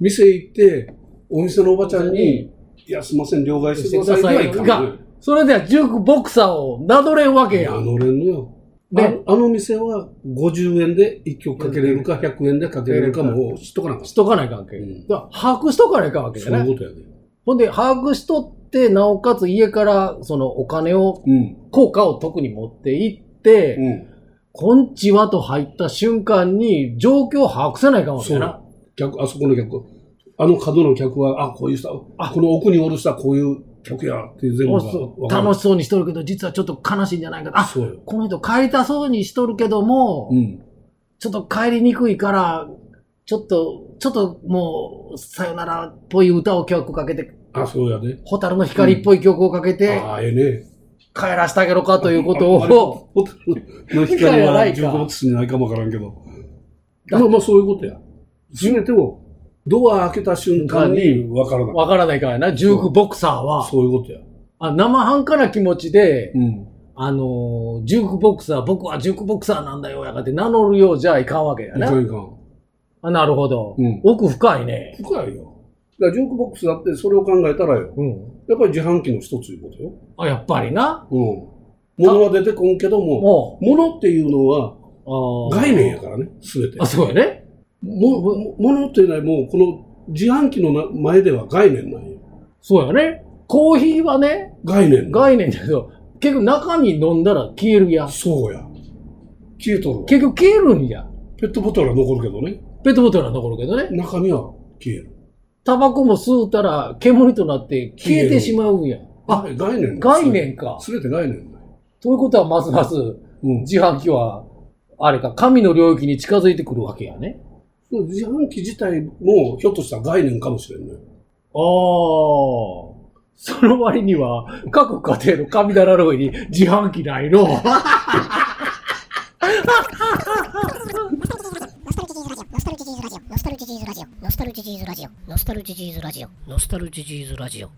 Speaker 3: 店行って、お店のおばちゃんに、いや、すいません、両替してください。
Speaker 4: してください
Speaker 3: ね
Speaker 4: それではジュークボクサーをなどれんわけや。
Speaker 3: あのれんのよ。
Speaker 4: ね
Speaker 3: ああの店は50円で1曲かけれるか、100円でかけれるかも知っとかなかっ
Speaker 4: しとかない関係。
Speaker 3: うん
Speaker 4: だから把握しとかないかんわけ
Speaker 3: た。
Speaker 4: や
Speaker 3: そうい
Speaker 4: ね。
Speaker 3: うことやで。
Speaker 4: ほんで、把握しとって、なおかつ家からそのお金を、
Speaker 3: うん。
Speaker 4: 効果を特に持っていって、
Speaker 3: うん。
Speaker 4: こんちはと入った瞬間に状況を把握せないかんわけ
Speaker 3: そう
Speaker 4: や
Speaker 3: な
Speaker 4: な。。
Speaker 3: 客、あそこの客、あの角の客は、あ、こういう人、
Speaker 4: あ
Speaker 3: あ、この奥におる人はこういう客や、っていう全部
Speaker 4: お
Speaker 3: が
Speaker 4: そう
Speaker 3: わかる
Speaker 4: 楽しそうにしとるけど、実はちょっと悲しいんじゃないかな。あ、
Speaker 3: そうよ。
Speaker 4: この人帰りたそうにしとるけども、
Speaker 3: うん。
Speaker 4: ちょっと帰りにくいから、ちょっと、ちょっともう、さよならっぽい歌を曲かけて、
Speaker 3: あ、そうやで。
Speaker 4: 蛍の光っぽい曲をかけて、
Speaker 3: ああ、ええね。
Speaker 4: 帰らせてあげろかということ
Speaker 3: あんまり
Speaker 4: を、
Speaker 3: ホテルの光は15ボックスにないかもわからんけど。
Speaker 4: だ
Speaker 3: まあまあそういうことや。すべてをドア開けた瞬間にわからなかっ
Speaker 4: わからないからな、ジュークボクサー
Speaker 3: た。
Speaker 4: は、
Speaker 3: そういうことや。
Speaker 4: あ生半可な気持ちで、
Speaker 3: うん。
Speaker 4: あのー、ジュークボクサー、僕はジュークボクサーなんだよ、やがって名乗るようじゃいかんわけや
Speaker 3: いか
Speaker 4: な。
Speaker 3: んいかん。
Speaker 4: あなるほど、
Speaker 3: うん
Speaker 4: 奥深いね。
Speaker 3: 深いよ。だからジョークボックスだってそれを考えたらよ。
Speaker 4: うん。
Speaker 3: やっぱり自販機の一ついうことよ。
Speaker 4: あ、やっぱりな。
Speaker 3: うん。物は出てこんけども、
Speaker 4: も
Speaker 3: 物っていうのは
Speaker 4: う、あー
Speaker 3: 概念やからね、すべて
Speaker 4: あ、。そうやね。
Speaker 3: もも物っていうのはもうこの自販機のな前では概念なんよ。
Speaker 4: そうやね。コーヒーはね、
Speaker 3: 概念。
Speaker 4: 概念だけど、結局中身飲んだら消えるやん。
Speaker 3: そうや。消えとるわ。
Speaker 4: 結局消えるんや。
Speaker 3: ペットボトルは残るけどね。
Speaker 4: ペットボトルは残るけどね。
Speaker 3: 中身は消える。
Speaker 4: タバコも吸うたら煙となって消えてしまうんや。あ、
Speaker 3: 概念だ
Speaker 4: 概念か。
Speaker 3: すべて概念だよ。
Speaker 4: ということはますます
Speaker 3: うん。
Speaker 4: 自販機は、あれか、神の領域に近づいてくるわけやね。
Speaker 3: 自販機自体も、ひょっとしたら概念かもしれない。
Speaker 4: ああ。そその割には、各家庭の神棚の上に自販機ないの。
Speaker 2: ノスタルジーズラジオノスタルジーズラジオノスタルジーズラジオノスタルジーズラジオノスタルジーズラジオノスタルジーズラジオノスタルジーズラジオ